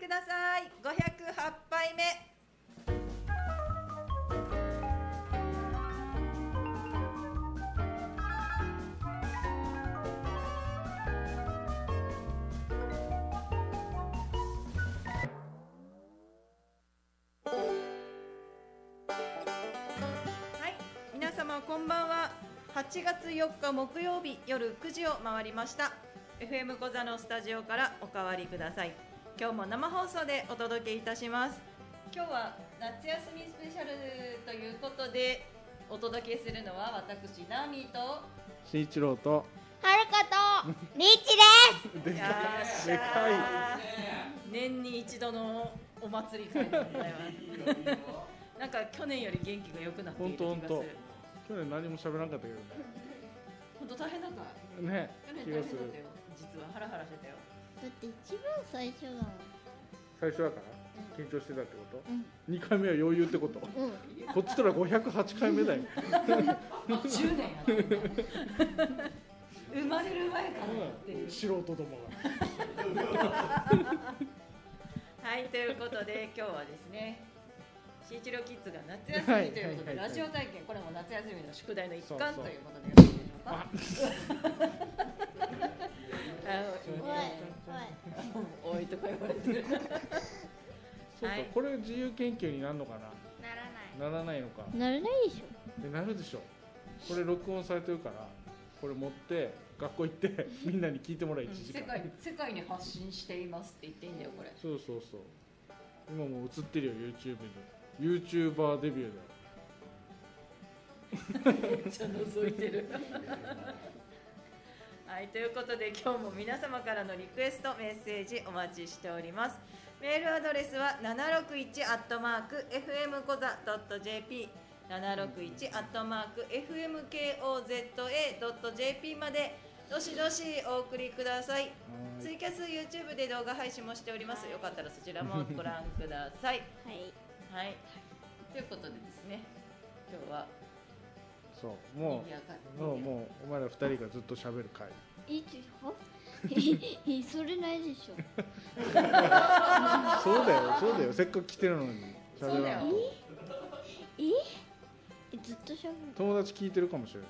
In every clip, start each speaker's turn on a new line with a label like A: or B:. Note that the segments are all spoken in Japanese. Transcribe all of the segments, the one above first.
A: ください508杯目はい皆様こんばんは8月4日木曜日夜9時を回りました FM 小座のスタジオからおかわりください今日も生放送でお届けいたします今日は夏休みスペシャルということでお届けするのは私ナミとよ
B: 新一郎と
C: はるか とリーチです。
B: でか
A: っ
B: い
A: し
B: で
A: ゃ
B: か
A: ー年に一度のお祭り会でございますなんか去年より元気が良くなっている気がす
B: ほん
A: る
B: とほんとい去年何も喋らなかったけ
A: 本当大変だった
B: どねね
A: 去年
B: 気
A: 大変だっ
B: がする
A: たよ実はハラハラしてたよ
C: だって一番最初だもん。
B: 最初だから緊張してたってこと
C: うん
B: 2回目は余裕ってこと
C: うん。
B: こっちとら508回目だよ
A: 10年やってる生まれる前からやってる
B: 素人どもが
A: はいということで今日はですねシーチロキッズが夏休みということで
B: はいはいはいはい
A: ラジオ体験これも夏休みの宿題の一環
B: そう
A: と
B: そう
A: いうことでよろしいでしょうか
B: あ
A: あ
C: お
A: の
C: いお
A: おいとか言われてる
B: そうか
A: はい
B: これ自由研究になるのか
C: い。な
B: な
C: らな
B: ならないのか
C: い。ならないでし
B: でなるでしょこれ録音されてるからこれ持って学校行ってみんなに聞いてもらう1 時
A: 世
B: 間
A: 界世界に発信していますって言っていいんだよこれ
B: そうそうそう今もう映ってるよ YouTube に YouTuber デビューだよ
A: めっちゃ覗いてる。 はい、ということで今日も皆様からのリクエストメッセージお待ちしております。メールアドレスは761 fm コザ jp 761 fm koza jp までどしどしお送りください。ツイキャス YouTube で動画配信もしております。よかったらそちらもご覧ください。
C: ょ。はい。
A: はい。ということでですね、今日は
B: そうも
A: 賑やか
B: うもうもうお前ら二人がずっと喋る回
C: いいでしょええ それないでしょ。
B: そうだよそうだよせっかく来てるのに喋らない
A: そうだ
C: ええずっとしゃ
B: 友達聞いてるかもしれない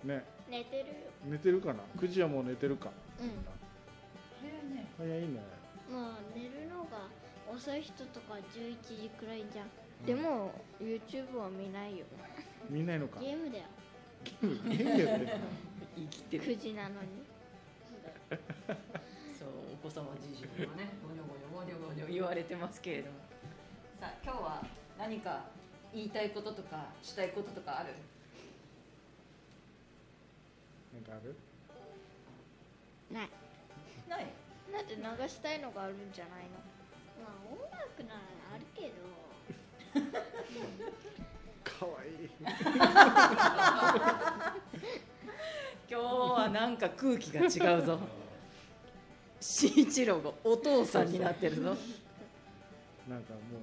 B: さね
C: べる。寝てるよ。
B: 寝てるかな9時はもう寝てるか
C: うん。
A: 早いね。
B: 早いね
C: まあ寝るのが遅い人とか11時くらいじゃん。でも YouTube は見ないよ。
B: 見ないのか
C: ゲームだよ。
B: ゲームやってる
A: 生きてる
C: 9時なのに。
A: そうお子様自身もねごにょごにょごにょごにょ言われてますけれどもさあ今日は何か言いたいこととかしたいこととかある
B: なんかある
C: ない。
A: ない
C: だって流したいのがあるんじゃないのまあ音楽ならあるけど
B: かわいい
A: 今日はなんか空気が違うぞ新一郎がお父さんになってるぞ
B: なんかもう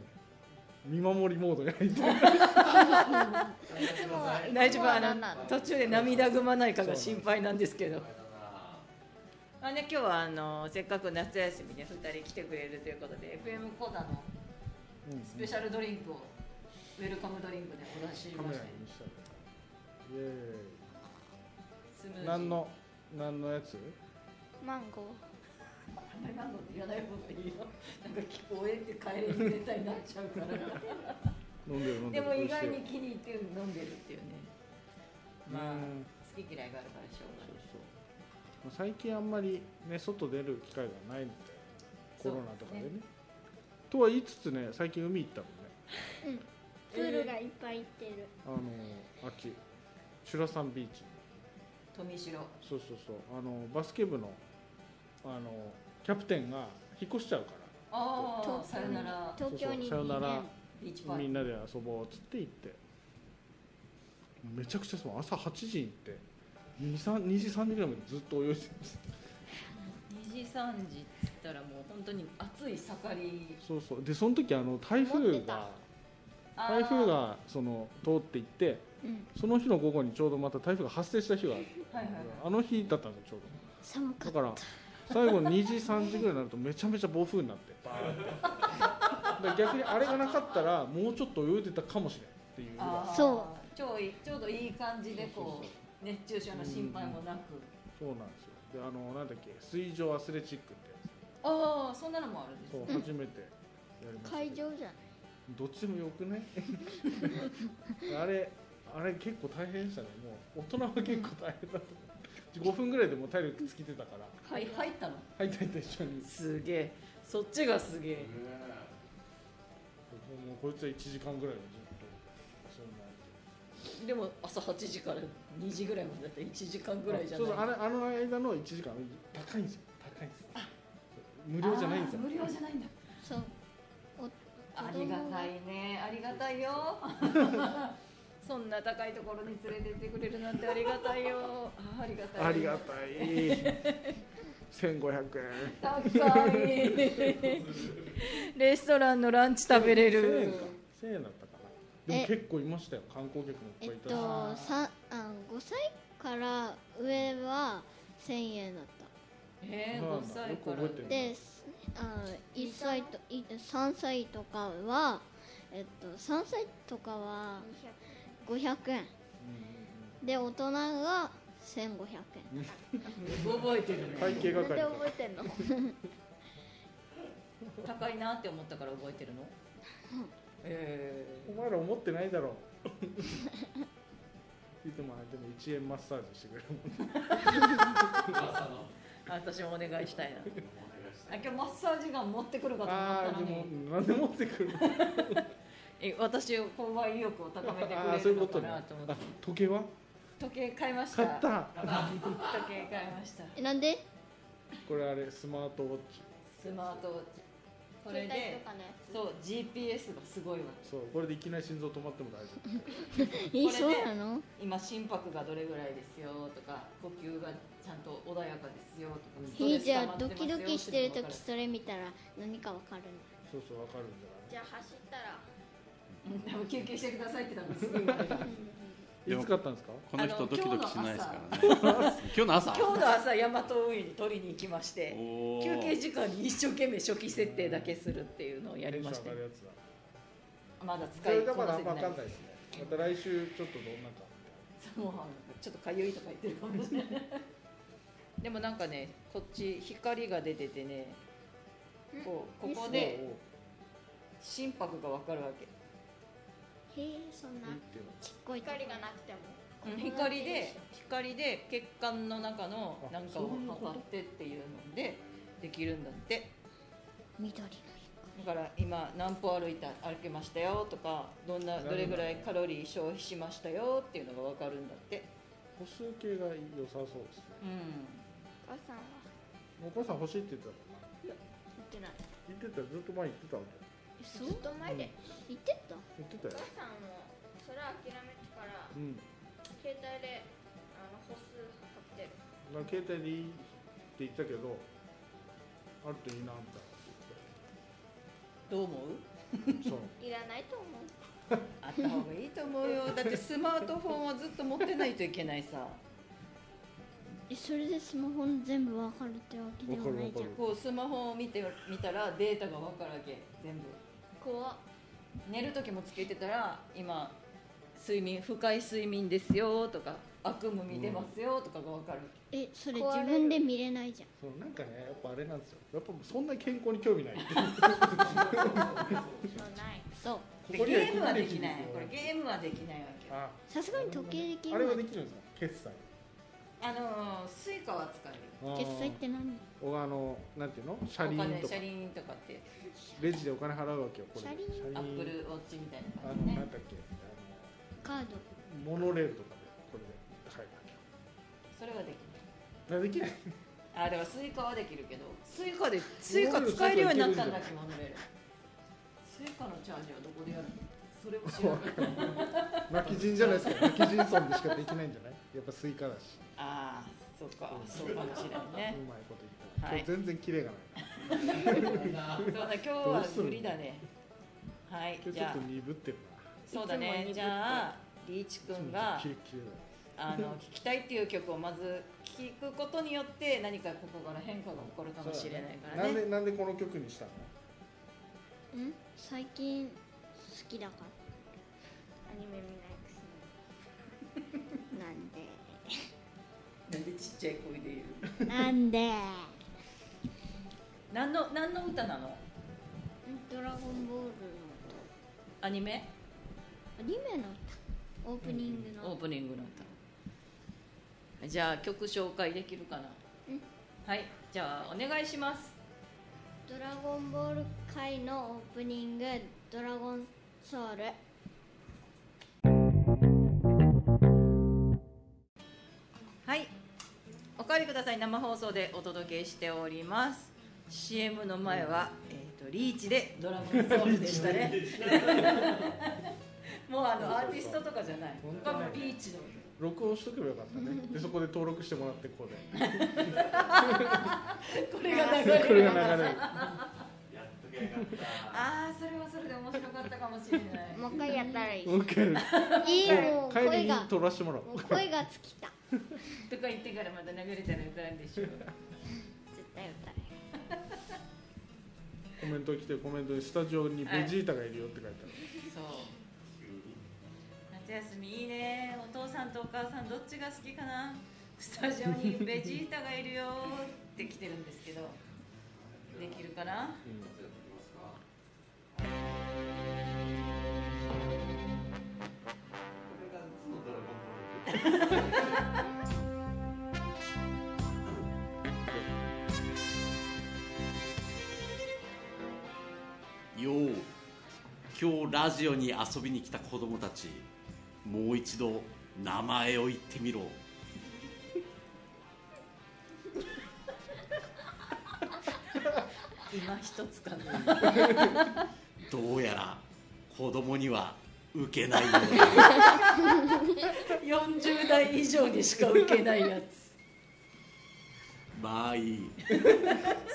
B: 見守りモードに入ってる
C: いつもは
A: 大丈夫あ
C: 何な
A: の
C: の
A: 途中で涙ぐまないかが心配なんですけどあね今日はあのせっかく夏休みで2人来てくれるということで FM 講座の
B: うん
A: スペシャルドリンクをウェルカムドリンクでお出しし
B: カ
A: ま
B: メ
A: し
B: ラ
A: た
B: にしたらイエー
A: スムージ
B: イ
A: ー
B: 何の何のやつ
C: マンゴー
A: あんまりマンゴーって言わない方がいいよなんか聞こえって帰れに絶対なっちゃうから
B: 飲んでる 飲んで
A: で
B: る
A: も意外
B: 美味
A: に
B: しいよ
A: 気に入って飲んでるっていうねまあ
B: うん
A: 好き嫌いがあるからしょうが
B: そう
A: ない
B: そうまあ最近あんまりね外出る機会がないんでコロナとかでね
A: そう
B: とは言いつつね最近海行ったもんね
C: プールがいっぱい行ってる、
B: あのー秋シュラサンビーチ
A: 富城
B: そうそうそうあのーバスケ部のあのーキャプテンが引っ越しちゃうから
A: ああ
C: 東
A: さよなら
C: 東京に
B: そうそうさよなら
A: ビーチパー
B: みん
A: ク
B: なで遊ぼうっつって行ってめちゃくちゃそう朝8時に行って2 3 2時3時ぐらいまでずっと泳いでます
A: 2時3時っつったらもう本当に暑い盛り
B: そうそうでその時あの台
C: 持っ
B: 風
C: て
B: が
C: た
B: 台風がその通っていって
C: うん
B: その日の午後にちょうどまた台風が発生した日があって
A: はいはいはい
B: あの日だったんですよちょう
C: 寒か
B: ど
C: っ
B: だ
C: た
B: から最後2時3時ぐらいになるとめちゃめちゃ暴風になってバーンで逆にあれがなかったらもうちょっと泳いでたかもしれないっていうぐら
A: あー
C: そう
A: ちょいちょうどいい感じでこ
B: そうそうそう
A: 熱中症の心配もなく、
B: いそうなんですよであのなんだっけ水上アスレチックってや
A: ああそんなのもあるんです
B: つそう
A: ね
B: 初めてやりました
C: 会
B: けど
C: 場じゃない
B: どっちでもよくね あれあれ結構大変でしたねもう大人は結構大変だと思う5分ぐらいでもう体力尽きてたから
A: はい入ったの
B: 入った入った一緒に
A: すげえそっちがすげえ
B: もうこいつは1時間ぐらいはずっとそんな
A: でも朝8時から2時ぐらいまでだって1時間ぐらいじゃない
B: そうそうあれあの間の1時間高いんですよ高いんですよ無料じゃないんですよ
A: あー無料じゃないんだ
C: そう
A: ありがたいねありがたいよ そんな高いところに連れてってくれるなんてありがたいよあーありがたい
B: ありがたい 1500円
A: 高いレストランのランチ食べれ
B: 1000円
A: る
B: か1000円だったかなでも
C: え
B: 結構いましたよ観光客もい
C: え
B: っ
C: っ
B: ぱいいた
C: と
B: し、
C: さあ5歳から上は1000円だっ
A: えー、
B: そうな
A: 5
B: んだ
A: 歳
B: よく
A: か
B: 覚えて
C: た
B: る
A: ら
C: ですあ1歳とい3歳とかは、えっと、3歳とかは500円で大人が1500円
A: 覚えてる
B: 会計係だ
C: えてんの
A: 高いなって思ったから覚えてるのえ
B: お前ら思ってないだろ ういつもあれでも1円マッサージしてくれるもん
A: ー、私もお願いしたいなあ今日マッサージガン持ってくるかと思
B: あ
A: っ
B: あ
A: た
B: で
A: の
B: も
A: に
B: 何で持ってくるの
A: え私を購買意欲を高めて
B: あー
A: く
B: そう
A: れ
B: い
A: る
B: う
A: の
B: こ
A: か
B: とね
A: なと思って
B: あ時計は
A: 時計買いました
B: 買った
A: 時計買いました
C: なんで
B: これあれスマートウォッチ
A: スマートウォッチこれで
C: かね
A: そう GPS がすごいわ
B: そうこれでいきなり心臓止まっても大丈夫
C: いいそうなの
A: 今心拍がどれぐらいですよとか呼吸がちゃんと穏やかですよとかスト
C: い
A: レ
C: い
A: ス
C: じゃ
A: 溜
C: あ
A: まってま
C: ド
A: すよ
C: キドキしてる
A: っていう
C: 時
A: のが
C: それ見たら何かわかるの
B: そうそうわかるんだか
C: じゃあ走ったら
A: 分かるうん多分救急してくださいって多分すぐ言われた
B: らいつ買ったんですか
D: この人ドキドキしないですからね。今日の朝。
A: 今日の朝ヤマト運輸に取りに行きまして
D: おー
A: 休憩時間に一生懸命初期設定だけするっていうのをやりました
B: テンション上がるやつだ
A: まだ
B: そ
A: 使い
B: れ
A: こ
B: だから
A: な
B: あ
A: せ
B: ん
A: て
B: ま
A: ない
B: 分かんないですねまた来週ちょっとどんなか
A: もうちょっとかゆいとか言ってるかもしれないでもなんかねこっち光が出ててねこうここで心拍がわかるわけ
C: へえそんなちっこい光がなくても
A: うん光で光で血管の中のなんかを測ってっていうのでできるんだって
C: 緑の
A: だから今何歩歩いた歩けましたよとかどんなどれぐらいカロリー消費しましたよっていうのがわかるんだって
B: 歩数計が良さそうですね
A: うん
C: お母さんは
B: お母さん欲しいって言ってたもんな
C: 言ってない
B: 言ってたよずっと前言ってたもん
C: ずっと前で言ってた
B: 言ってたよ
E: さんもそれ諦めてから
B: うん
E: 携帯であの歩数測ってる
B: なんか携帯でいいって言ったけどあるといいなみた
A: どう思う
B: いなそう
E: いらないと思う
A: あった方がいいと思うよだってスマートフォンはずっと持ってないといけないさ
C: えそれでスマホの全部わかるってわけではないじゃん
A: こうスマホを見てみたらデータが分かるわけ全部
E: 怖っ
A: 寝る時もつけてたら今睡眠深い睡眠ですよとか悪夢見てますよとかが分かる、
C: えそれ
E: 壊れ
C: 自
E: る
C: 分で見れないじゃん
B: そうなんかねやっぱあれなんですよやっぱそんなに健康に興味ないこ
E: そうない
C: そう
A: で
B: こに
A: ゲ
B: は
A: ームはできないこ
B: ここ
A: れ
B: には
A: ゲームはできないわけ
B: あ
C: さすがに時計でき
B: あれ
C: る
B: は
C: わ
B: できるんですか決済
A: あのースイカは使える
C: 決済って何
B: おあのなんていうの車
A: お
B: 輪
A: 金
B: とか
A: 車輪とかって
B: レジでお金払うわけよこれ
C: 車輪
A: アップルウォッチみたい
B: あ
A: な感
B: の
A: じね
B: なんだっけ
C: カード
B: あのモノレールとかでこれで入る
A: それはでき
B: わけあできない
A: ないあでもスイカはできるけどスイカでスイカ使えるようになったんだっけモノレールスイカのチャージはどこでやるのそれも知らない
B: 巻き人じゃないですか巻き人村でしかできないんじゃないやっぱスイカだし
A: ああそうかそうかもしれないね
B: うまいこと言った、
A: はい
B: これ全然キレがない
A: そうだ今日は無理だねはい
B: 今日
A: じ
B: ちょっ
A: ゃ
B: と
A: あ
B: 鈍ってるな
A: そうだねじゃあリーチくんが
B: キレッキレだよ
A: ああの聞きたいっていう曲をまず聞くことによって何かここから変化が起こるかもしれないから
B: なん
A: ね
B: でなんでこの曲にしたの
C: ん最近好きだか
E: アニメ見ないくせに
C: ら な んで
A: なんでちっちゃい声で言う
C: なんで
A: 何の何の歌なの
C: ドラゴンボールの
A: アニメ
C: 歌アニメの歌オープニング
A: オー
C: の
A: プニングの歌じゃあ曲紹介できるかな
C: うん
A: はいじゃあお願いします
C: 「ドラゴンボール界」のオープニング「ドラゴンソウル」
A: はいお帰りください生放送でお届けしております CM の前は、えー、とリーチでドラゴンソウルでしたね もうあのアーティストとかじゃない
B: 本当
A: 多
B: だね
A: 分リーチの
B: 録音しとけばよかったねでそこで登録してもらってこうで
A: これが流
B: こ
A: れ
B: れ
A: る
B: が 流れる
A: ああそれはそれで面白かったかもしれない
E: もう一回やったらいい
B: もう一回やる
C: いいもう
B: 帰り
C: 声
B: に
C: が
B: 撮らせてもらおう
C: もう声が尽きた
A: とか言ってからまた流れたら歌うんでしょ
C: 絶対歌え
B: コメント来てコメントにスタジオにベジータがいるよって書いてある、
A: そう夏休みいいねお父さんとお母さんどっちが好きかなスタジオにベジータがいるよって来てるんですけどできるかな
D: よう今日ラジオに遊びに来た子供たちもう一度名前を言ってみろ
A: 今一つかな
D: どうやら子供には受けないようだ
A: 40代以上にしか受けないやつ
D: まあいい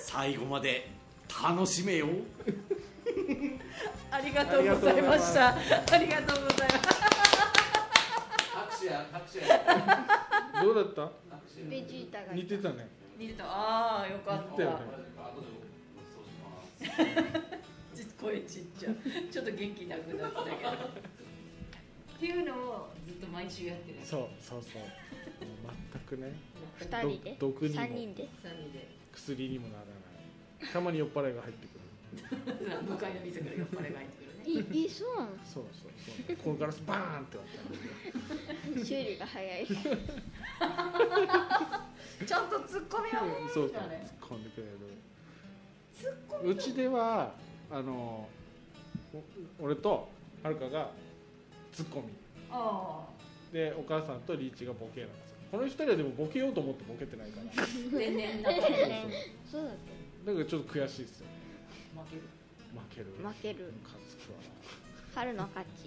D: 最後まで楽しめよ
A: ありがとうございましたありがとうございます
D: 拍手や拍手や
B: どうだった
E: ベジータが
B: 似てたね
A: 見るとああよか
B: 似
A: ってた
B: たよね
A: ち声ちっちゃちょっと元気なくなったけどっていうのをずっと毎週やってる
B: そうそうそうもう全くね
C: 二人で
B: ど毒にも
C: 三人で
A: 3人で
B: 薬にもならないたまに酔っ払いが入ってくる
A: 向かいの店から酔っ払いが入ってくるね
C: いいそうな
B: そうそうそうこのガラスバーンって割ったら
C: の修理が早い
A: ちゃんとツッコミは もう
B: そうそう
A: だね
B: 突っ込んでくれるうちではあのお俺とはるかがツッコミ
A: あ
B: でお母さんとリーチがボケなんですよこの二人はでもボケようと思ってボケてないから
A: あ年々な
B: そうそう
C: そうだっ
B: だからちょっと悔しいですよね
A: 負ける
B: 負ける
C: け負け
B: ム
C: る
B: カつくわ
C: 春の勝ち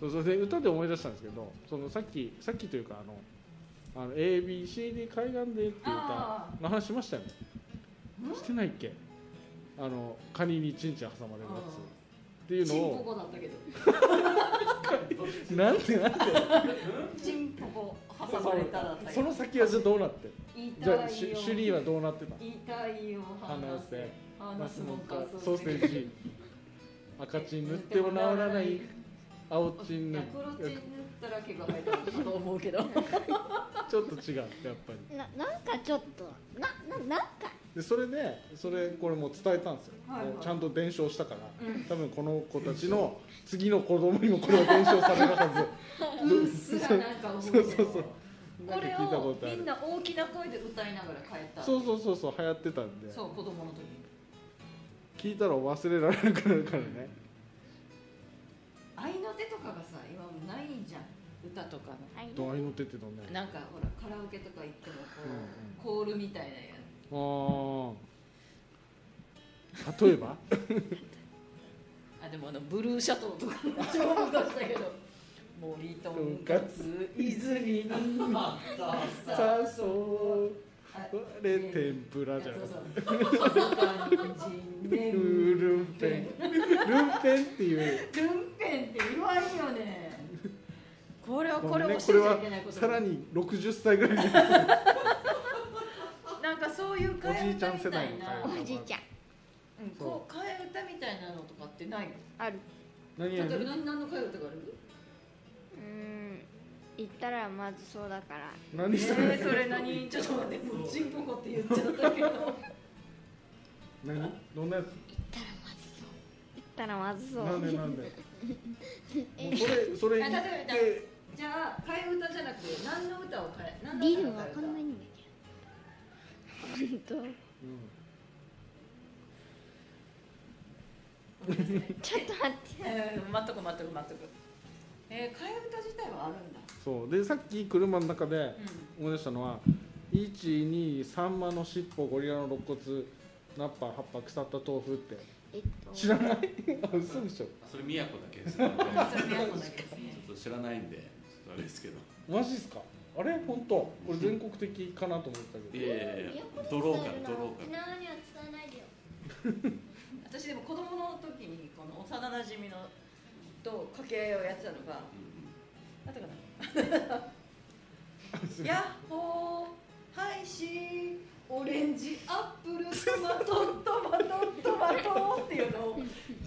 B: そうそうで歌で思い出したんですけどそのさっきさっきというかあのあの ABCD 海岸でっていう歌
A: あ
B: の話しましたよねしてないっけあのカニにチンチン挟まれるやつ
A: うん
B: っていうの
A: チンポ
B: を
A: コだったけど
B: なんでなんで
A: チンポコ挟まれただったけ
B: そ
A: ど
B: の先はじゃあどうなってじゃあ
A: 痛
B: シ
A: いよ
B: ュシュリーはどうなってた
A: 痛いよ話せ話すもんか
B: ソーセージ赤チン塗っても治らない青チン
A: い
B: 塗
A: や
B: っ
A: 黒チン塗ったら毛が生えたと思う けど
B: ちょっと違うやっぱり
C: ななんかちょっとなななんか
B: でそれでそれこれもう伝えたんですよ、
A: はいはい
B: もうちゃんと伝承したから、
A: うん
B: 多分この子たちの次の子供にもこれを伝承されるは
A: うっすらなんか覚えてる
B: ず
A: これ
B: なんか聞いた
A: を
B: ことあ
A: みん
B: る
A: な大きな声で歌いながら変えた
B: そうそうそうそう流行ってたんで
A: そう子供の時に
B: 聞いたら忘れられなくなるからね
A: 合いの手とかがさ今もうないじゃん歌とかの
B: 度合いの手ってどんなや
A: なんかほらカラオケとか行ってもこ
B: うん
A: う、コールみたいなや
B: つあー例えば
A: つあでもあのブルーシャトーとか超昔だけど森とんかつ泉に
B: さ
A: さ
B: あそう
A: あ
B: れ天ぷらじゃん
A: そうそう静かに人
B: う
A: ね
B: ールンペンルンペンっていう
A: ルンペンって言わんよねこれはこれ
B: ごめん
A: を
B: ね
A: 教
B: こ
A: えちゃ
B: れ
A: い
B: は
A: けないこと
B: さらに60歳ぐらいのや
A: なんかそういう替え歌みたいな
B: おじいちゃん世代の替え歌
C: おじいちゃん
A: うんこう替え歌みたいなのとかってないの
F: ある
B: つ何
A: 例え
B: や
A: ば
B: る
A: 何何の替え歌がある
F: うん言ったらまずそうだから
B: 何したの
A: えー、それ何ちょっと待 ってもうちんぽこって言っちゃったけど
B: 何どんなやつ
F: 言ったらまずそう
B: なんでなんでもうそれそれ言っ
A: あ例えば
B: て
A: じゃあ替え歌じゃなくて何の歌を替え何の
C: リ
A: 歌
C: ー
A: を替
C: ルわ
A: え歌
C: かんないんだけど。本
A: ごめんなさい
C: 当。ちょっと待って。
A: えー、待っとく待っとく待っとくえー、替え歌自体はあるんだ
B: そうでさっき車の中で
A: う
B: 思い出したのは123マの尻尾ゴリラの肋骨ナッパ葉っぱ腐った豆腐って
C: えっと。
B: 知らないあ嘘でしょ
D: それ宮古だけです、ね、
A: んそれ宮古だけですね
D: ちょっと知らないんでちょっとあれですけど
B: マジっすかあれ本当これ全国的かなと思ったけ
D: い
B: ど
D: やいやいやドローからドローから
C: 縄には伝えないでよ。
A: 私でも子供の時にこの幼なじみのと掛け合いをやってたのがなんていうかなヤッホーハイシーオレンジアップルトマトトマトトマトっていうのを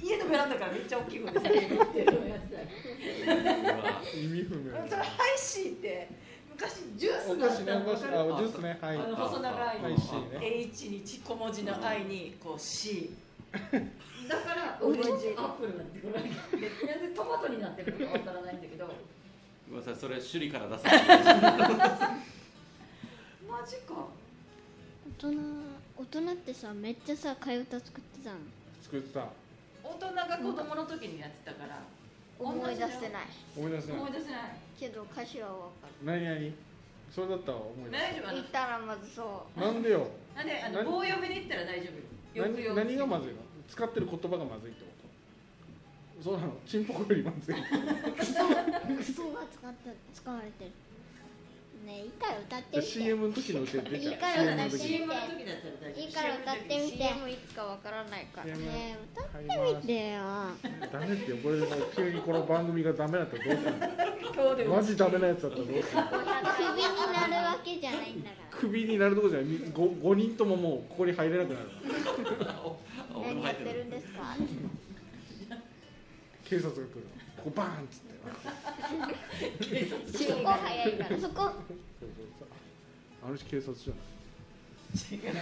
A: 家のベランダからめっちゃ大きい声で叫ぶっていうのをやってた
D: うわ
B: 意味不明
A: それハイシーって昔ジュー
B: お
A: スだ
B: 菓
A: っ
B: 子ね
A: たの
B: お菓
A: 分かる
B: 子あジュースねはい
A: あの細長い
B: 美味しいね
A: H にち小文字の I にこう C だからオレンジアップルになってこれなんでトマトになってるのかわからないんだけど
D: ごめんなさいそれ首里から出されてる
A: マジか
C: 大人、大人ってさ、めっちゃさ、替え歌作ってたの。
B: 作ってた
A: 大人が子供の時にやってたから
F: 思い出せない
B: 思い出せない
A: 思い出せない
F: けど歌詞はわか
B: 何何それだったわ思い出
A: 大丈
F: る
A: 夫あの
F: 言ったらまずそう
B: なんで よ
A: なんであの棒読みで言ったら大丈夫よくよ
B: 何
A: く
B: 何がまずいの使ってる言葉がまずいってことそうなのチンポコよりま ずい
C: クソが使った、使われてる。ねえ、いいから歌ってみて。
B: CM の時の歌出ちゃう
C: いいから
A: そう
B: CM
A: だ
B: の
A: ね CM の
B: 時
C: 私
A: 時だったら大丈夫
C: いいから歌ってみて
F: CM いつかわからないから
B: CM
C: ねえ、歌
B: 買いま
C: っ
B: す
C: てみてよ。
B: ダメってよこれでもう急にこの番組がダメだったらどう
A: 今日
B: す
A: で
B: るのマジダメなやつだったらどうするの
C: クビになるわけじゃないんだから。
B: クビになるとこじゃない 5, 五人とももうここに入れなくなる
D: お俺
F: 何
D: も
F: や
D: 入
F: っ
D: ってて
F: る
D: る
F: んですか
B: 警察が来るのここバーンっつって
F: 進行早いから
C: そこ、
B: そうそうそうあの人警察じゃない
A: 違う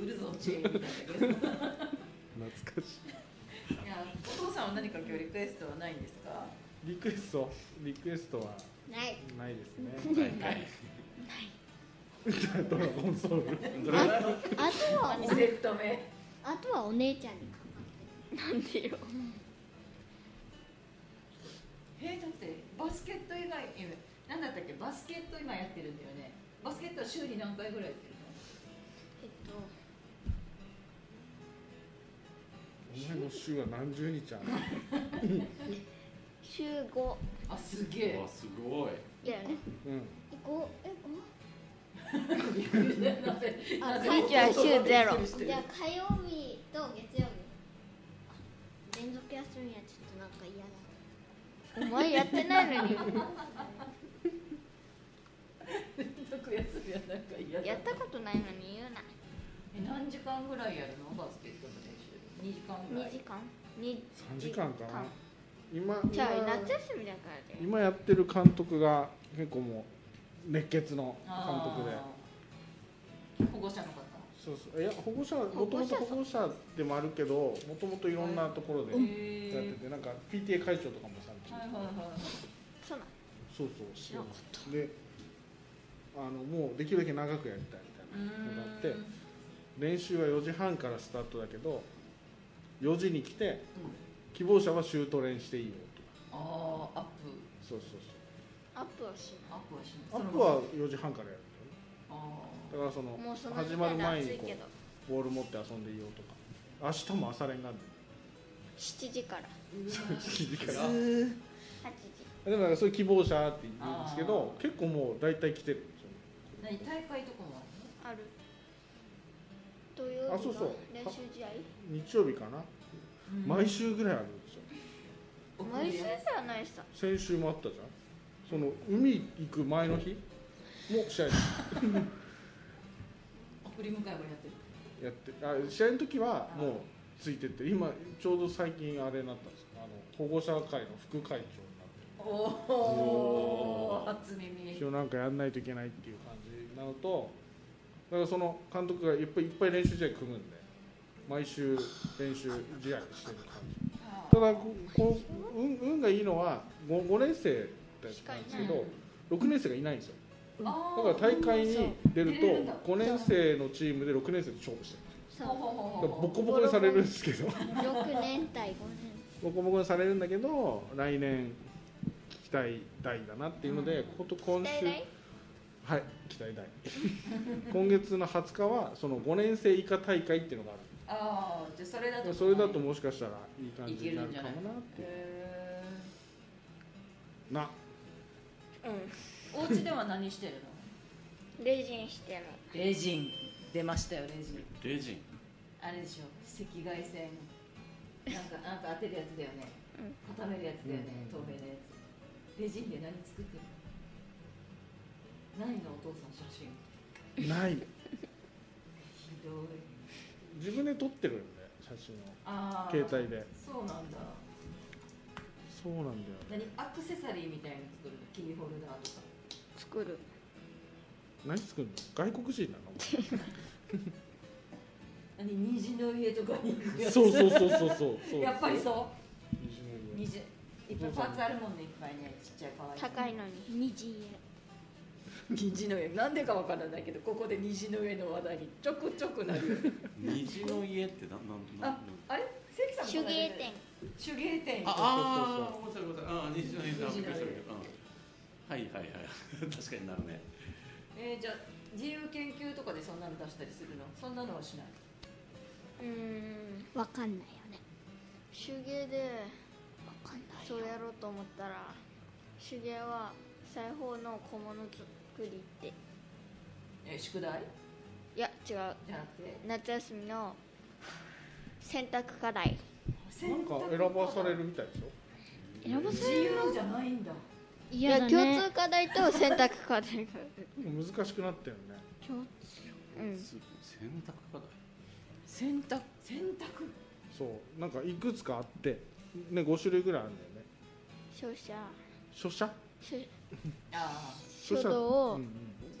A: ウルゾンチェーンみたいだけど
B: 懐かしい
A: いやお父さんは何か今日リクエストはないんですか
B: リクエストリクエストは
C: ない。
B: ないです
D: 大
B: ね
D: 会
B: ドラゴンソウル
D: どれ
C: あとは、
A: 2セット目
C: あとはお姉ちゃんに。
F: なんでよ
A: えー、だってバスケット以外えなんだったっけバスケット今やってるんだよねバスケットは週に何回ぐらいやってるの
C: えっと、
B: お前の週は何十日ある
C: 週5。
A: あすげえ
D: わすごい
C: だよね。
B: うん
C: 5、え、5?
A: なぜなぜ
F: 会議は週ゼロ
C: じゃあ火曜日と月曜日あ連続休みはちょっとなんか嫌だ
F: お前やってないのに
A: 連続休みはなんか嫌だ
F: やったことないのに言うな
A: え何時間ぐらいやるのバスケットの練習2時間ぐら
F: 2
A: い
F: 時間2
B: 3時間かな今
F: じゃあ
B: 今
F: 夏休みだからだよ
B: 今やってる監督が結構もう熱血の監督で
A: あー保護者の方
B: そうそういや保護者
F: 保
B: もと
F: 護
B: も
F: 者
B: と
F: さん
B: 保護者でもあるけどもともといろんなところでやって
A: へ
B: てなんか PTA 会長とかもさ
A: えはいはいはい
F: そうなの
B: そうそうしてるであのもうできるだけ長くやりたいみたいなのがあって
A: うーん
B: 練習は4時半からスタートだけど4時に来て希望者はシュート練していいよとか
A: あーアップ
B: そうそうそ
F: アップをし
A: アップはし
B: う
A: ない
B: ア
A: そ
B: ッ
A: の
B: プ
A: まま
B: は4時半からやるんだよね
A: あー
B: だからその
F: ないもうその
B: 始
F: 時
B: まる
F: 点で
B: 前
F: 暑
B: に
F: い
B: こ
F: けど
B: うボール持って遊んでいようとか明日も朝練がある
F: 7時か
B: ん
F: ら
B: だよ
F: 8時
B: でもなんかそういう希望者って言うんですけど
A: あ
B: 結構もう大体来てるんですよ
A: 何大会とかもあるの
F: ある土曜
B: あ
F: 日
B: そうそう
F: の練習試合
B: 日曜日かな、毎週ぐらいあるんですよ
A: うん
F: 毎週じゃないさ
B: 先週もあったじゃんその海行く前の日も試合
A: 送り迎えもやってる
B: やってあ試合の時はもうついてって今ちょうど最近あれになったんですよあの保護者会の副会長になって
A: おお初耳
B: 一応なんかやんないといけないっていう感じなのとだからその監督がいっぱいいっぱい練習試合組むんで毎週練習試合してる感じただここう運運がいいのは 5, 5年生だったんですけど6年生がいないんですよだから大会に出る
A: 出れるんだ
B: と5年生のチームで6年生と勝負してる
C: そう
B: だからボコボコにされるんですけど
C: 6年対5年
B: ボコボコにされるんだけど来年期待大だなっていうので、こと今週はい、期待大 今月の20日はその5年生以下大会っていうのが
A: ああじゃあそれだ
B: あ
A: と
B: るそれだともしかしたらいい感じ
A: いけ
B: にな
A: る
B: る
A: んじ
B: か
A: ゃない
B: もなっていう
A: へ
B: な
A: ーお家では何してるの
F: レジンしてる
A: レジン出ましたよレジン
D: レジン
A: あれでしょ赤外線なんかなんか当てるやつだよね固めるやつだよね
B: うん
A: 透明なやつレジンで何作ってるのないのお父さん写真
B: ない
A: ひどい
B: 自分で撮ってるんで写真を
A: ああ
B: 携帯で
A: そうなんだ
B: そうなんだよ
A: 何アクセサリーみたいなの作るのキーホルダーとか
F: 作る
B: 何作るの外国人なの
A: 何虹の家とかに行くやつ
B: そうそうそうそうそうそう
A: やっぱりそう
B: 虹の家
A: 虹いっぱいパーツあるもんねいっぱいねちっちゃい可愛い
F: 高いのに
C: 虹
A: 虹の上なんでかわからないけどここで虹の上の話題にちょくちょくなるよね
D: 虹の家ってななな
A: あ あれ関さん
C: 手
A: も同じ
C: 芸
A: だよ
C: 店
A: 手芸店
D: ああーごめんなさいごめんなさいあー虹の家
A: 虹の
D: だ
A: 家
D: びっくりしたびっくりしたうんはいはいはい 確かになるね
A: えー、じゃあ自由研究とかでそんなの出したりするのそんなのはしないう
F: ーん
C: わかんないよね
F: 手芸で
C: わかんない
F: そうやろうと思ったら手芸は裁縫の小物作りって
A: えー宿題
F: いや違う
A: じゃなくて
F: 夏休みの選択課題
B: なんか選ばされるみたいでしょ
C: 選ば
A: 自由じゃないんだ
C: い
F: いや
C: や
F: 共通課題と選択課題 が
B: 難しくなってるね
C: 共通
F: うん
D: す洗濯課題
A: 選択選択
B: そうなんかいくつかあってね5種類ぐらいあるんだよね
F: 勝者
B: 書写
F: 書
A: ああ
B: 書
F: 書道
B: うんうん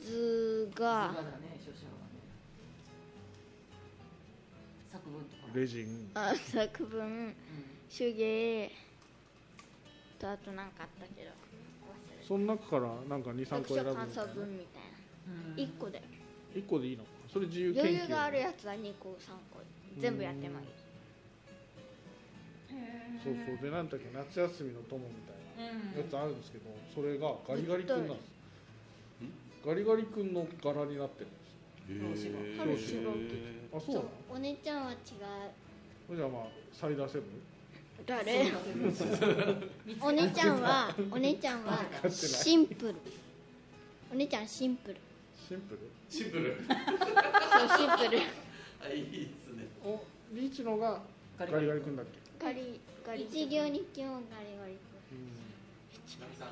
F: 図
A: さ
F: が
A: すがだね書写はね作文とか
B: レジン
F: あ作文
A: う
F: 手芸とあとなんかあったけど
B: その中からなんか23個選
F: 読
B: ぶ
F: 書
B: みたい
F: 感想
B: な
F: 文みたい
A: んうん
F: な1個で
B: 1個でいいのかそれ自由研究
F: 余裕があるやつは2個3個全部やってもいい
B: そうそうでなんだっけ夏休みの友みたいなや
A: う
B: つあるんですけどそれがガリガリ君なんですガリガリ君の柄になってるんです
D: へー
B: 彼氏
F: が受
B: あそうなの
C: お姉ちゃんは違う
B: それじゃあまあサイダーセブン
F: 誰
C: お姉ちゃん はお姉ちゃんは
B: 買ってないシ
C: シンプルお姉ちゃんはシンプル
B: ンプル
D: シンプ
F: そ
D: ル
F: うシンプル
D: あいいですね
B: おリーチのがガ
A: ガ
B: リ
A: リ
B: ガ
A: ガ
B: リ
A: リ
B: 君だっけ
F: ガリガリ
C: 一行に基本ガリガリ
B: うん
D: ナミさん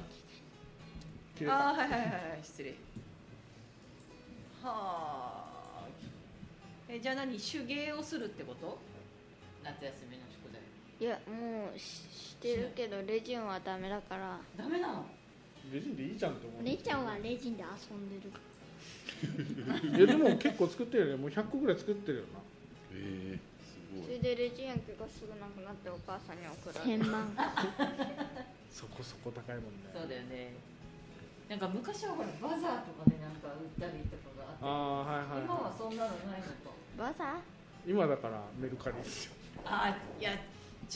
B: 切れた
A: ああはいはいはいはい失礼はあえじゃあ何手芸をするってこと夏休みの宿題
F: いやもうししてるけどレジンはダメだから
A: ダメなの
B: レジンでいいじゃんって思う
C: お姉ちゃんはレジンで遊んでる
B: いやでも結構作ってるよねもう100個ぐらい作ってるよな
D: えー、す
F: そ
D: ごい
F: れでレジンやけがすぐなくなってお母さんに送られ
C: 天
F: る
C: 板
B: そこそこ高いもん
A: そう
B: ね
A: だよねなんか昔はほらバザーとかでなんか売ったりとかが
B: あ
A: あっ
B: あはい
A: て
B: はい、
A: 今は
B: は
A: そんなのないのか
F: バザ
B: い、今だからメルカリですよ
A: ああいや違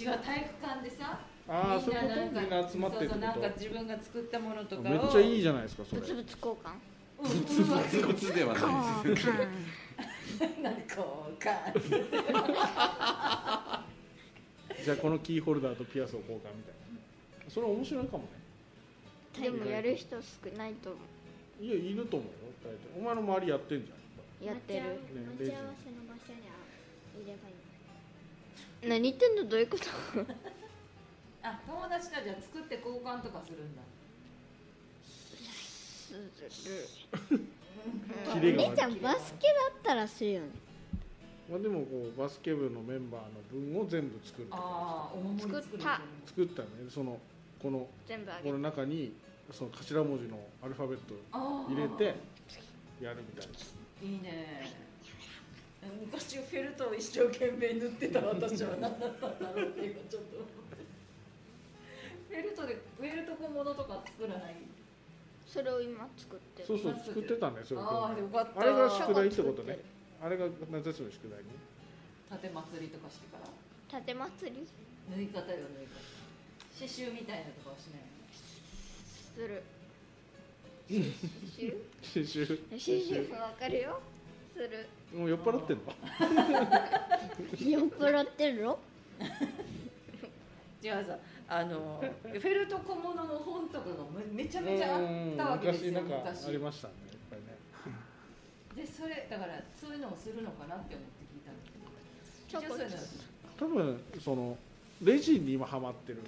A: う体育館でさ
B: ああ
A: み
B: そ
A: ん
B: うい
A: な
B: うこ
A: なん
B: と
A: か
B: みんな集まってる
A: そ
B: って
A: うそうなん
B: こ
A: か自分が作ったものと
B: と
A: かを
B: めっちゃいいじゃないですかそ
F: ー
B: れ
F: ブツブツ交換
A: うんうんわ
D: コツではないです
A: なんかこうか
B: じゃあこのキーホルダーとピアスを交換みたいなそれ面白いかもね
F: でもやる人少ないと思
B: いやいると思うよ大体お前の周りやってんじゃ
F: うやってる
C: 待ち合わせの場所にいればいい
F: 何言ってんのどういうこと
A: あ友達とじゃあ作って交換とかするんだ
C: する
B: キレが悪い
C: お姉ちゃんバスケだったらするよね
B: まあ、でもこうバスケ部のメンバーの分を全部作るとか
A: ああ大盛り作るみいな
B: 作ったねそのこの
F: 全部あ
B: こ
F: げ
B: の中にその頭文字のアルファベットを
A: あー
B: 入れてやるみたい
A: いいね昔フェルトを一生懸命塗ってた私は何だったんだろうって今ちょっと思ってフェルトでフェルト小物とか作らない
F: それを今作って
B: な
F: る
B: そうそう作ってたねそれ
A: ああよかった
B: あれが宿題ってことねあれが夏休みの宿題ね
A: 縦祭りとかしてから
F: 縦祭り
A: 縫い方よ縫い方刺繍みたいなとかはしない
F: する
B: 刺繍
F: シシフわかるよする
B: もう酔っ払ってんの
C: 酔っ払ってるの
A: じゃあさあのフェルト小物の本とかがめめちゃめちゃあったわけです
B: 昔な
A: よ
B: んか
A: 昔
B: ありましたねいっぱいね
A: でそれだからそういうのをするのかなって思って聞いたんですけど
F: ちょこ
A: 一応そういうのは
B: 多分そのレジに今ハマってるか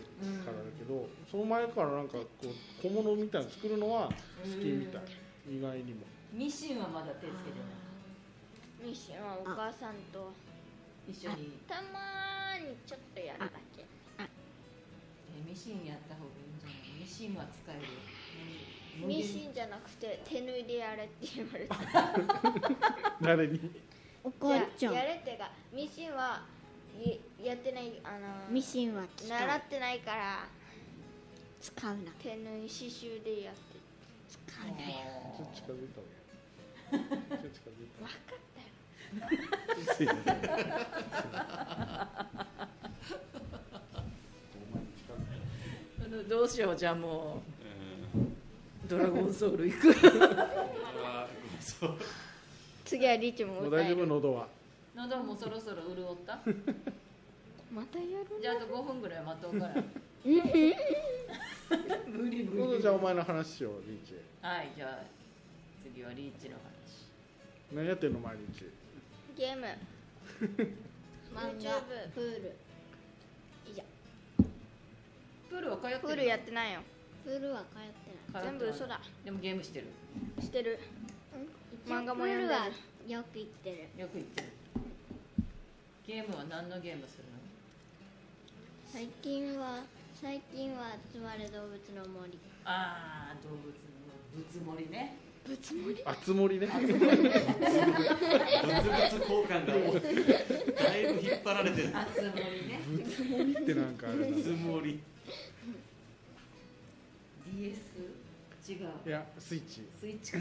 B: らだけど、その前からなんかこう小物みたいなの作るのは好きみたい意外にも
A: ミシンはまだ手つけてない
F: ミシンはお母さんと
A: 一緒に、
F: たまーにちょっとやるだけ
A: えミシンやった方がいいんじゃないミシンは使えるよ
F: ミシンじゃなくて手縫いでやれって言われて
B: 誰に
C: お母ちゃん
F: やれってかミシンはいやってないあの
C: ミシンは使
F: 習
C: う
F: ってないから
C: 使うな
F: 手縫い刺繍でやって
C: 使うなよ
B: ちょっと近づい たねちょっと近づいた
D: すいません
B: お前に近づい
A: あのどうしようじゃあも
D: うん
A: うドラゴンソウル行く
D: あーそう
F: 次はリチも
B: たもう
F: 歌
B: 大
F: え
B: 丈
F: る
B: 夫喉は
A: 喉もそろそろ潤った
F: またやる
A: じゃああと5分ぐらい待とうから無理無
B: 今度
A: 理
B: じゃあお前の話しようリーチ
A: はいじゃあ次はリーチの話
B: 何やってんの毎日
F: ゲーム
C: 漫
F: YouTube
C: 画プール
A: プールは通ってる
F: プールやってないよ
C: プールは通って
A: 通ってない
F: 全部嘘だ
A: でもゲームしてる
F: してる
C: ない
F: 漫画も読んでる
C: プールはよく行ってる
A: よく言ってるゲームは何のゲームするの
C: 最近は最近は集まる動物の森
A: ああ動物のぶつ盛りね
B: あつ森ね
D: 物々交換がもうだいぶ引っ張られ てる
A: あつ盛り ね
B: ぶつ森ってなんかあれだ
D: つもり
A: DS 違う
B: いやスイッチ
A: スイッチか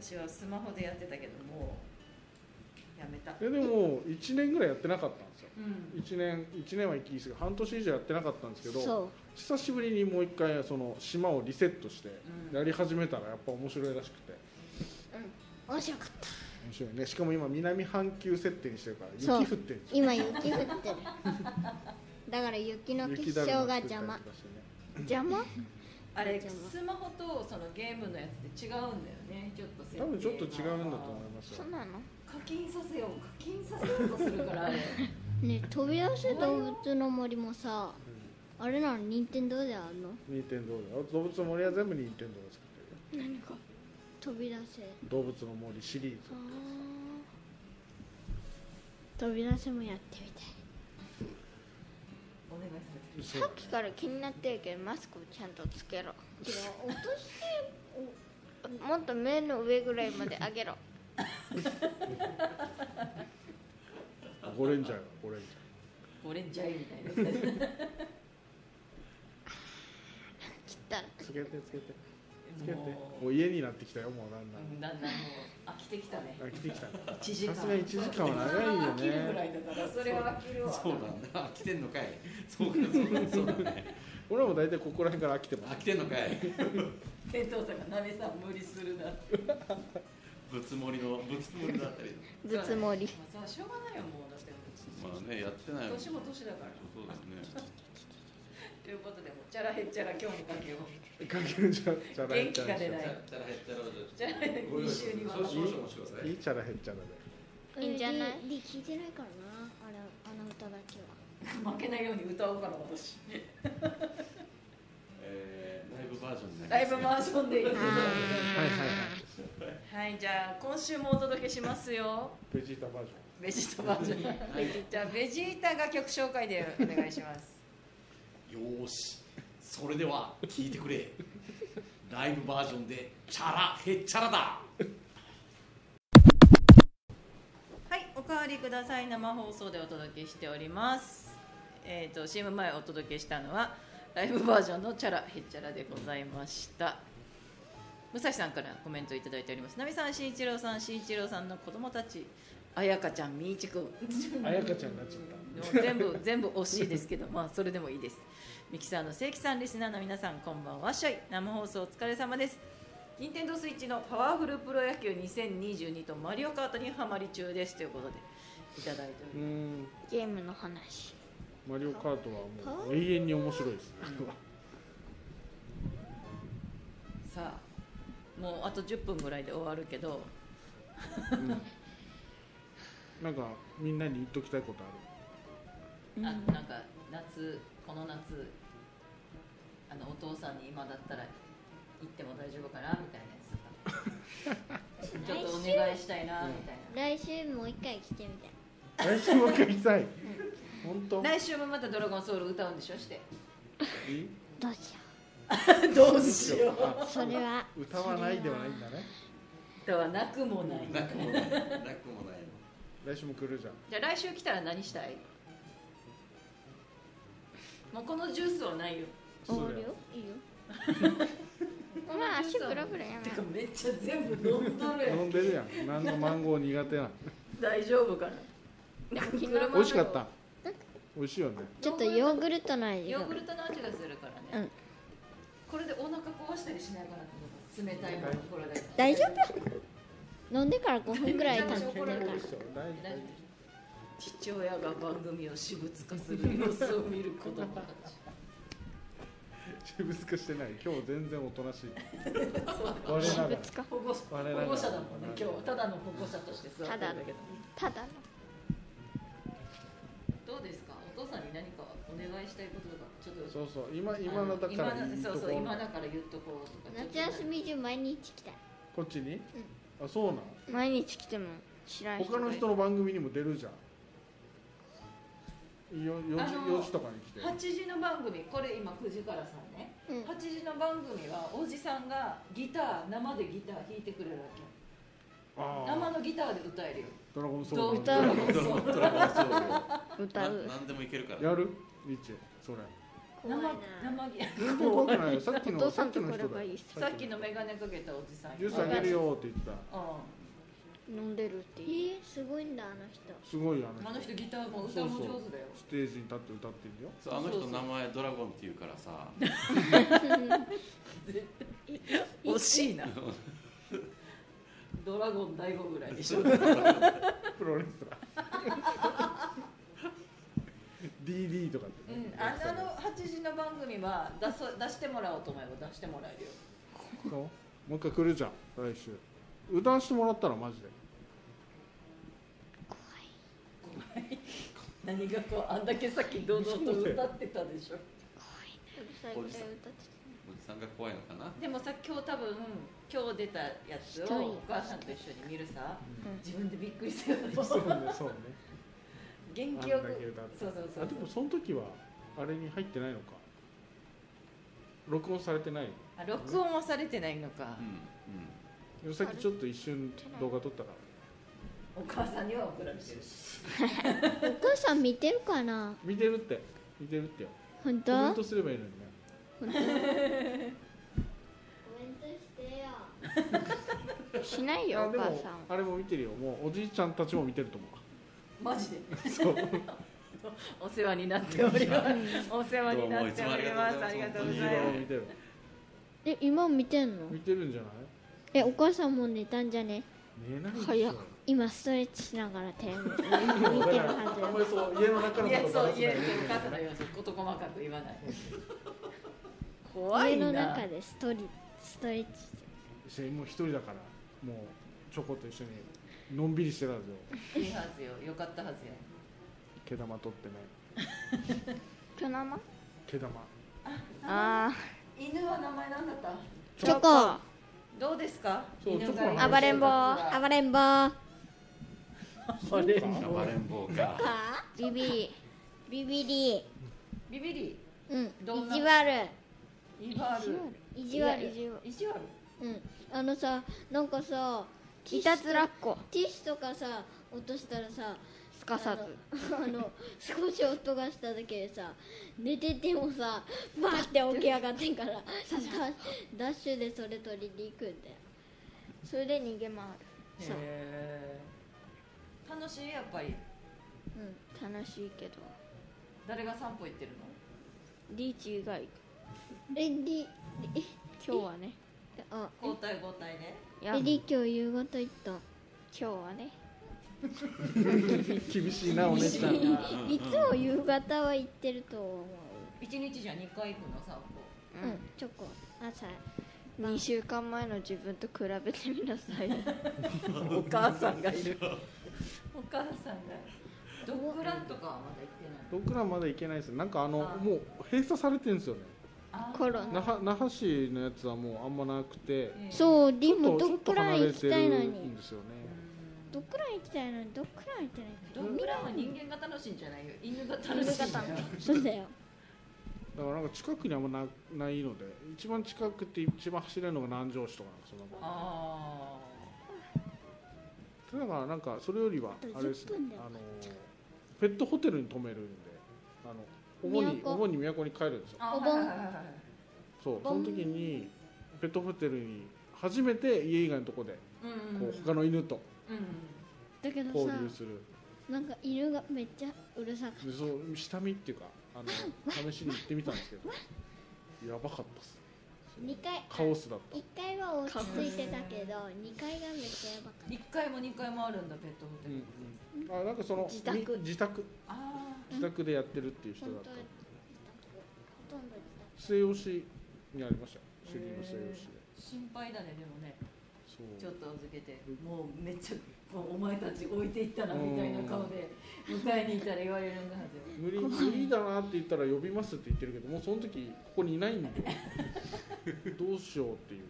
A: 私はスマホでやってたけどもうやめた
B: いやでも1年ぐらいやってなかったんですよ
A: うん
B: 1年1年は行き過ぎ半年以上やってなかったんですけど
C: そう
B: 久しぶりにもう一回その島をリセットして
A: うん
B: やり始めたらやっぱ面白いらしくて
C: 面白かった
B: 面白いねしかも今南半球設定にしてるから雪
C: そう
B: 降ってるんですよ
C: 今雪降ってる だから雪の結晶が邪魔
B: 雪だるま作ったりとかしてね
C: 邪魔
A: あれスマホとそのゲームのやつって違うんだよねちょっと設定
B: 多
A: が
B: 分ちょっと違うんだと思いますよ
F: そうなの
A: 課金させよう課金させようとするからあ れ
C: ねえ飛び出す動物の森もさあれなの任天堂であるの
B: 任天堂であ動物の森は全部任天堂が作ってるよ
F: 何か
C: 飛び出せ
B: 動物の森シリーズ
C: 飛び出せもやってみたい
A: お願いされてる
F: さっきから気になってるけどマスクをちゃんとつけろ
C: けど落とし
F: もっと目の上ぐらいまで上げろ
B: ゴレンジャーがゴレンジ
A: ゴレンジャイみ たいな感じ
F: 切ったら
B: ャーつけてつけてつけて
A: も
B: もう家になってきたよもうだん
A: う
B: だ
A: うん
B: ん
A: だんだんもう飽きてきたね
B: 飽きてきたね
A: 1時間
B: さすが1時間は長いよ
A: 飽きるぐら
B: ね
A: いだからそれは飽きるわ
D: そうなんだ飽きてんのかいそうかそうだそうだね
B: 俺はもう大体ここら辺から飽きてます
D: 飽きてんのかい
A: 店頭さんが「なべさん無理するな」って
D: ぶつもりのぶつもりだったり
F: ぶつもり
A: まあしょうがないよもうだって
D: まあねやってないもん
A: 年も年だから
D: そうだね
A: ということでもうチャラへっちゃら今日もかけよう
B: かけるじゃじゃらへっ
A: 元気
B: ちゃ
A: が出
B: らでし
A: ない
D: たら減ったら
A: じゃあ二週にわたって
B: ょいいチャラへっちゃらで
F: いいんじゃない
C: でで聞いてないからなあれあの歌だけは
A: 負けないように歌おうかな私
D: えー、ライブバージョンになります、ね、
A: ライブバージョンでいいです
B: はいはいはい
A: はいじゃあ今週もお届けしますよ
B: ベジータバージョン
A: ベジータバージョン
D: はい
A: じゃあベジータが曲紹介でお願いします
D: よーしそれでは聞いてくれ ライブバージョンでチャラへっちゃらだ
A: はい、おかわりください生放送でお届けしております。えっ、と CM 前お届けしたのはライブバージョンのチャラへっちゃらでございました。武蔵さんからコメントいただいております。ナミさん、慎一郎さん、慎一郎さんの子供たち、あやかちゃん、みーちくん、
B: あやかちゃんになっちゃっ
A: もう全部全部惜しいですけど、まあそれでもいいです。ミキサーの正規さん、リスナーの皆さん、こんばんは。シャイ生放送お疲れ様です。任天堂スイッチのパワフルプロ野球2022とマリオカートにハマり中ですということでいただいてお
B: た
A: り
B: うー
A: ま
B: ん
F: ゲームの話
B: マリオカートはもう永遠に面白いですね
A: す。さあ、もうあと10分ぐらいで終わるけど、
B: うんなんかみんなに言っときたいことあ
A: あのなんか夏この夏あのお父さんに今だったら行っても大丈夫かなみたいなやつとか、ちょっとお願いしたいなみたいな。
C: 来週もう一回来てみたい
B: る来週も書きたい本当
A: 来週もまた「ドラゴンソウル」歌うんでしょして
B: い
C: どうし よ
A: どうしよ
B: あ
C: うそれは
B: 歌わないではないんだね
A: うとはなくもない
D: なくもないなくもない
B: 来週も来るじゃん
A: じゃあ来週来たら何したいもうこのジュースはないよ
B: そ
C: お
B: うだ
C: る
B: よ
C: よいいよ
F: お前足ブラブラや
A: て
F: め
A: かめっちゃ全部飲んどるや
B: 飲
A: ん
B: んでるやん何のマンゴー苦手な
A: 大丈夫かな
B: 美味しかった美味しいよね
C: ちょっとヨーグルトの味
A: ヨ
C: が
A: ーグルトの味がするからね、
C: うん
A: これでお腹壊したりしないかなと思った冷たいものこれで
C: 大丈夫飲んでから5分ぐらい経って るから
B: 大
A: 大丈夫父親が番組を私物化する様子を見る子供たち
B: 私物化してない今日全然おとなしい我ながら
A: 保護者
B: 我ながら
A: 保護者だもんね今日はただの保護者として座ってるんだけど
F: ただの
A: どうですかお父さんに何かお願いしたいこととかちょっと
B: そうそう今今のだから
A: 今
B: いいと
A: の
B: こ
A: そうそう今だから言っとこうとか
C: 夏休み中毎日来たい
B: こっちにあそうなの
F: 毎日来ても知らん
B: 他
F: 人
B: の
F: がい
B: 人
F: る
B: の番組にも出るじゃんよ4時
A: あの
B: 4時とかに来て
A: 8時の番組これ今9時からさね、
C: うん
A: 8時の番組はおじさんがギター生でギター弾いてくれるわけ
B: あ
A: 生
B: あ
A: のギターで歌えるよ
B: ドラゴンソ
A: ど
B: ウ
A: う
B: ル
A: 歌うの
D: ドラゴンドラゴンソウル
F: 歌う
D: な何でもいけるから
B: やるリッチそれ
A: 生
C: 怖いな
A: 生ギ
B: 全然怖くないよさっき
F: お
B: の
F: 父
B: さ
F: さ
B: っ
F: ん
B: き
F: と
B: の
F: これ
B: 人
F: が
B: だ
F: いいっ
B: よ
F: す
A: さっきの眼鏡かけたおじさん
B: ジュースあげるよって言ってた
A: う
F: 飲んでるって
C: え
F: いう
C: ー、すごいんだあの人
B: すごいよ
A: ん
B: あ
A: あ
B: の
A: の
B: 人
A: 人ギターも歌も上手だよ
B: ステージに立って歌ってるよ
D: そうあの人名前ドラゴンっていうからさ
A: 惜しいなドラゴン大悟ぐらいでしょ
B: プロレス ラー DD とかっ
A: う
B: てね
A: ん、ああの8時の番組は出そ出してもらおうと思えば出してもらえるよ
B: そうもう一回来るじゃん来週歌わしてもらったらマジで
A: 何がこうあんだけさっき堂々と歌ってたでしょ
D: おじさんおじさんが怖いのかな
A: でもさ今日多分今日出たやつをお母さんと一緒に見るさ、
F: うん
A: 自分でびっくりするの
B: そうねそうね
A: 元気よ
B: あんだけ
A: く
B: 歌って
A: そうそうそ
B: あ
A: う
B: でもその時はあれに入ってないのか録音されてない
A: あ録音はされてないのか
D: うん、
B: よさっきちょっと一瞬動画撮ったから
A: お母さんには怒られてる
C: お母さん見てるかな
B: 見てるって見てるってよ
C: 本
B: コ
C: 当
B: メン
C: 本
B: トすればいいのにね
C: 当コメントしてよ
F: しない
B: いや
F: よお
B: で
F: 母
B: も
F: さんは
B: あれも見てるよもうおじいちゃんたちも見てると思
A: マジで
B: うそう
A: お世話になっておりますお世話になっております
D: どうもいつも
A: あ
D: あ
A: り
D: り
A: が
D: が
A: とう
D: とう
A: ご
D: ご
A: ざ
D: ざ
A: い
D: い
A: ま
B: 色
D: ますす
B: 々見てる
C: え今見てんの
B: 見てるんじゃない
C: えお母さんもう寝たんじゃね
B: 寝ないでしょ
F: 早っ
C: 今ストレッチしながらテレビ見てる
B: だから
C: はず
B: あんまりそう家の中の
A: いや
B: こと
A: そ
B: 話
A: う
B: す
A: いやそう
B: の
A: お母さんの言わ事細かく言わない怖
C: 家
A: い
C: の
A: な
C: 中でストリストレッチして
B: しもう一人だからもうチョコと一緒にのんびりしてたんですよ
A: いいはずよよかったはずよ
B: 毛玉取ってね
F: 巨生
B: 毛玉
F: ああ
A: 犬は名前なんだった
C: チョコ
A: どうですか
B: そう
A: 犬
B: チョコ
A: が
B: の
F: 暴れん坊
A: 暴
C: 暴れん坊
B: れん
D: 暴れん坊 か
C: ビビリビビリ
A: ビビリ
C: うん
A: どん
C: 意
A: な
C: 地悪
A: イバール
C: 意地悪
F: 意地悪
A: 意地悪
C: うんあのさなんかさティ
F: い
C: ッシ
F: た
C: ュ
F: ずらっ子
C: ティッシュとかさ落としたらさ
F: すかさず
C: あの少し音がしただけでさ寝ててもさバーって起き上がってんからダダッシュでそれ取りに行くんだよ
F: それで逃げ回る
C: そう
A: へー楽しいやっぱり
F: うん楽しいけど
A: 誰が散歩行ってるの
F: リーチ以外
C: レディえ
F: 今日はね
C: あ
A: 交代交代ね
F: いや
C: レ
F: 今
C: ディ今日夕方行った
F: 日はね
B: 厳しいなお姉ちゃんが
D: うん
C: いつも夕方は行ってると思う
A: 一日じゃ二回行くの散歩
C: うん、チョコ朝
F: 2週間前の自分と比べてみなさい
A: お母さんがいるお母さんがドッグランとかはまだ行ってない
B: 僕らまだ行けないですなんかあの
A: あ
B: もう閉鎖されてるんですよね
A: あー
F: コロナ
B: 那覇那覇市のやつはもうあんまなくて
A: ええ
C: そうで
B: ちょっと
C: も
B: ちょ
C: どっ
B: っと
C: くら
B: 離
C: い
B: れ
C: 行
B: て
C: きたいの
B: る
C: に
B: んですよね
C: どっくらい行きたいのにどっくらい行ってないか
A: ドッグランは人間が楽しいんじゃないよ犬が楽しいんだよ
C: らそうだよ
B: だからなんか近くにあんまなないので一番近くて一番走れるのが南城市とかなんかそんなもん
A: あ
B: だからなんかそれよりはあれです
C: 10
B: ね
C: 分だよ
B: あのペットホテルに泊めるんであの主に
C: 都
B: 主に都に帰るんですよ
A: ーあー
C: お盆
A: はいはいはいはい
B: そう
C: ボ
B: そ
C: ン
B: の時にペットホテルに初めて家以外のとこで
A: うんうん
B: こう他の犬と
A: う
C: だけど
B: 交
C: さ
B: 流する
C: なんか犬がめっちゃうるさかった
B: でそう下見っていうかあの試しに行ってみたんですけどやばかったっす
C: 2回
B: カオスだった
C: 1回は落ち着いてたけど2回がめっちゃやばかっ
A: ん一回も二回もあるんだペットホテ
B: う
A: ル、
B: んうんあなんかその
F: 自宅
B: み自宅
A: ああ
B: 自宅でやってるっていう
C: た
B: 人
C: 本
B: だっ
C: 当
B: た
C: はほとんど自宅
B: 末吉にありましたよ主義の末吉で
A: 心配だねでもねち
B: そ
A: ょ
B: う
A: っと預けてもうめっちゃもうお前たち置いていったなみたいな顔で迎えに行ったら言われるんだはずよ
B: 無理無理だなって言ったら呼びますって言ってるけどもうその時ここにい ないんでどうしようっていう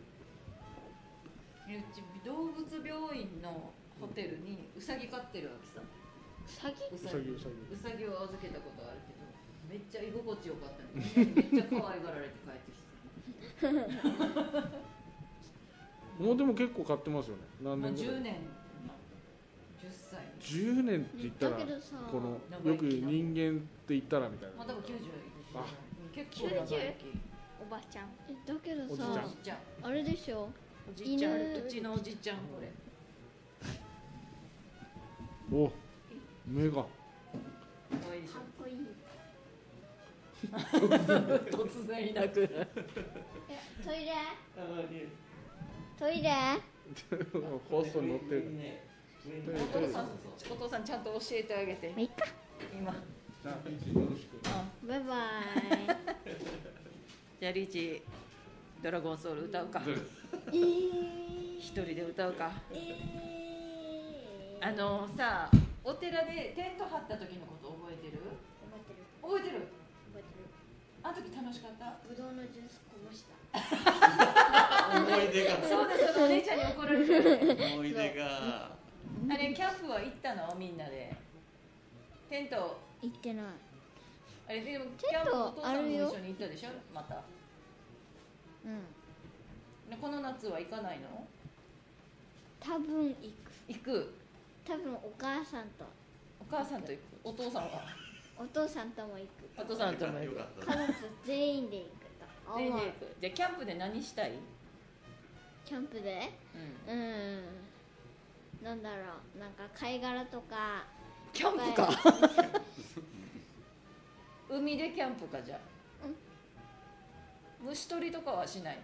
A: えうち動物病院のホテルにウサギ飼ってるわけさ
F: 詐欺
A: ウ
B: う
A: サ
B: さぎ
A: ギ
B: うさぎ
A: ウサギを預けたことあるけどめっちゃ居心地よか ったみたいめっちゃ可愛がられて帰ってきて
B: もうでも結構買ってますよね何
A: もう
B: 年ぐら
A: 10
B: い
A: 年10歳
B: 10年って言ったら
C: だけどさ
B: このよく人間って言ったらみたい
A: ま
B: な
A: あ多分90
B: あ
A: 結構長生き
F: おばちゃん
C: えだけど
B: おじいちゃ
A: お
C: さ
A: じいちゃん
C: あれでしょ
A: おじいちゃん
C: 犬
A: うちのおじいちゃんこれ
B: お目が
A: 可愛いでし
C: かっ
A: ょ
C: こいい
A: 突然いなくなる
C: えトイレトイレ
B: 放送に乗ってる
A: お父さんお父さんちゃんと教えてあげて
C: まあいっか
A: 今
B: じゃあピーチよろしく
C: バイバイ
A: じゃあリーチドラゴンソウル歌うか
C: えー
A: 一人で歌うか
C: えー
A: あのさお寺でテント張った時のこと覚えてる
C: 覚えてる
A: 覚えてる
C: 覚えてる
A: あの時楽しかった
C: ぶどうのジュースこぼした
D: 思い出が
A: そうだそうだお姉ちゃんに怒られてる
D: 思い出が
A: あれキャンプは行ったのみんなでテント
C: 行ってない
A: あれでもキャンプお父さんも
C: あるよ
A: 一緒に行ったでしょまた
C: うん
A: でこの夏は行かないの
C: 多分行く
A: 行く
C: 多分お母さんと
A: お母さんと行くお父さんは
C: お父さんとも行
A: お
C: く
A: 父さんとも行
D: よ
A: く
D: かった
C: 家族全員で行く と
A: 全員
C: 思
A: で
C: う
A: 行くじゃあキャンプで何したい、
C: キャンプでうーんなんだろうなんか貝殻とか
A: キャンプか
C: いっぱい
A: 海でキャンプかじゃあ、虫取りとかはしない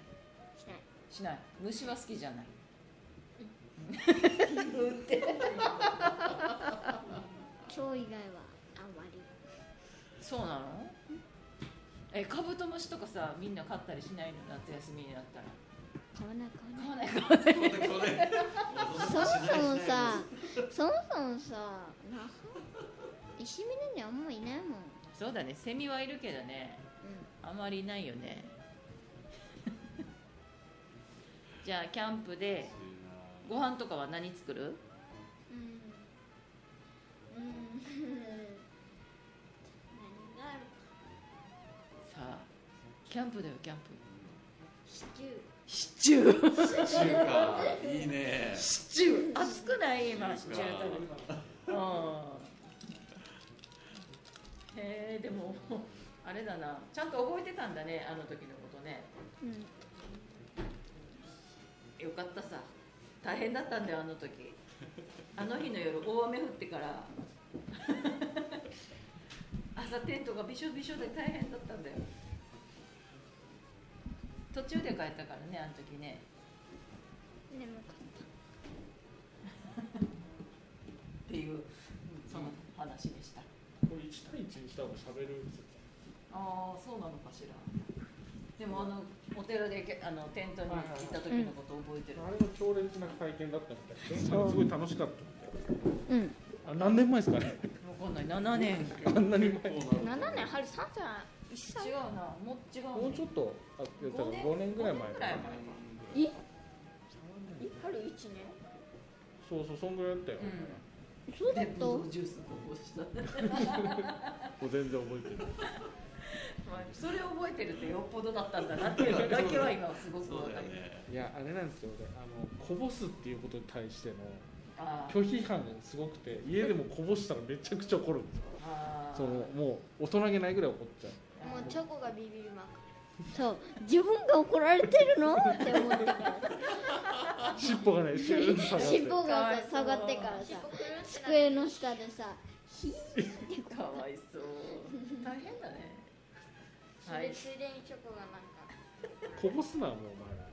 C: しない
A: しない虫は好きじゃないうんって
C: 今日以外はあんまり
A: そうなのえカブトムシとかさみんな飼ったりしないの夏休みになったら
C: 買わない買わない
A: 飼わない 飼わない
D: そうだそうだ
C: そもそもさそもそもさ那覇石峰にはもういないもん
A: そうだねセミはいるけどね
C: う
A: あまりいないよねじゃあキャンプでご飯とかは何作る
F: うんうん何がある
A: さあキャンプだよキャンプ
F: シチュー
A: シチュー
D: 中華いいね
A: シチュー熱くない今シ
D: シ
A: チ
D: チ
A: ュ
D: ュ
A: ー
D: ー
A: 食
D: か
A: べてうんへえでもあれだなちゃんと覚えてたんだねあの時のことね
C: うん
A: よかったさ大変だったんだよあの時あの日の夜大雨降ってから 朝テントがびしょびしょで大変だったんだよ途中で帰ったからねあの時ね
F: 眠かっ
A: っていう、うんその話でした
B: これ1対1にしたらもう喋る
A: ああそうなのかしらでもあのお寺でけあのテントに行った時のこと覚えてる、
B: あれも強烈な体験だったみたいですごい楽しかったみたい
C: うん
B: あ何年前です かね
A: 分かんない7年
B: あんなに前
F: た
D: 7
F: 7年春3歳1
A: 違
F: 歳
A: うなもう違う
B: もうちょっとあやったら5年ぐらい前
A: ぐ
B: から
A: い前
B: な
A: か
F: え春1年
B: そうそうそんぐらいだったよ、
A: うん
C: そうだ
A: でブ
C: った
A: ドウジュースこぼした、
B: もう全然覚えてない
A: まあ、それを覚えてるってよっぽどだったんだなっていうのだけは今すごく
D: そう
A: 分
D: だ
A: か
D: よ
A: ります、
D: ね
B: いやあれなんですよ俺あのこぼすっていうことに対しての
A: あー
B: 拒否感がすごくて家でもこぼしたらめちゃくちゃ怒るんですよ
A: あー
B: そのもう大人げないぐらい怒っちゃう
F: もうチョコがビビりまく
C: そう自分が怒られてるのって思ってから
B: 尻尾がねシューッと下がって
C: 尻尾がさ下がってからさ机の下でさヒーって
A: か
C: こ
A: わいそう大変だね
F: そ
A: は
F: れ
A: い
F: ついでにチョコがなんか
B: こぼすなもうお前ら
F: っ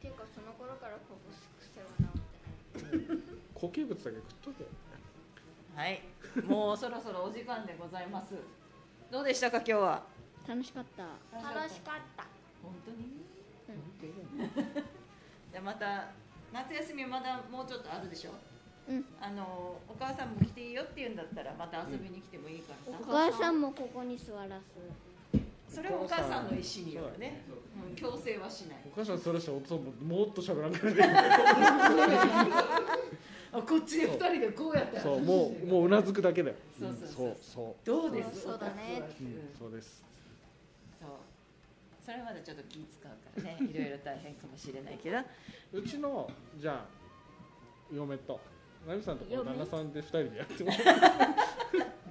F: ていうかその頃からこぼす癖は治っ
B: 固形物だけ食っとけ
A: はいもうそろそろお時間でございますどうでしたか今日は
C: う楽しかった
F: てない楽しかった
A: 本当に、
C: うん
A: じゃあまた夏休みまだもうちょっとあるでしょ
C: うん
A: あのお母さんも来ていいよって言うんだったらまた遊びに来てもいいからさ、
C: お母さんもここに座らす
A: それはお母さんの意思によるね、うん、強制はしない
B: お母さんそれしたらお父さんももっと喋らんから ね
A: あこっちで二人でこうやったら
B: そうもうもううなずくだけだよ
A: そうそうそうん
B: そう
A: どうです
F: そうそうだね
A: う
B: そう、うんん、そうです
A: そうそれまでちょっと気使うからねいろいろ大変かもしれないけど
B: うちのじゃあ嫁とナミさんとこの旦那さんで二人でやってもら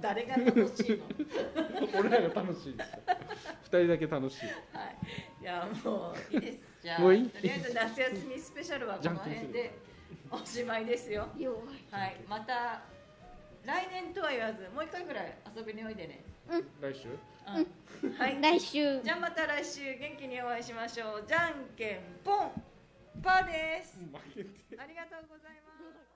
A: 誰が楽しいの
B: う俺らが楽しいですよ二人だけ楽しい
A: はいいやもういいですじゃあ
B: もういい
A: とりあえず夏休みスペシャルは
B: じ
A: こ
B: ゃん
A: の
B: けんす
A: 辺
B: る
A: でおしまいですよ
F: 弱い
A: はいまた来年とは言わずもう一回ぐらい遊びにおいでね、
B: 来週
A: うん、はい
C: 来週
A: じゃあまた来週元気にお会いしましょうじゃんけんぽんパーです
B: 負けて
A: ありがとうございます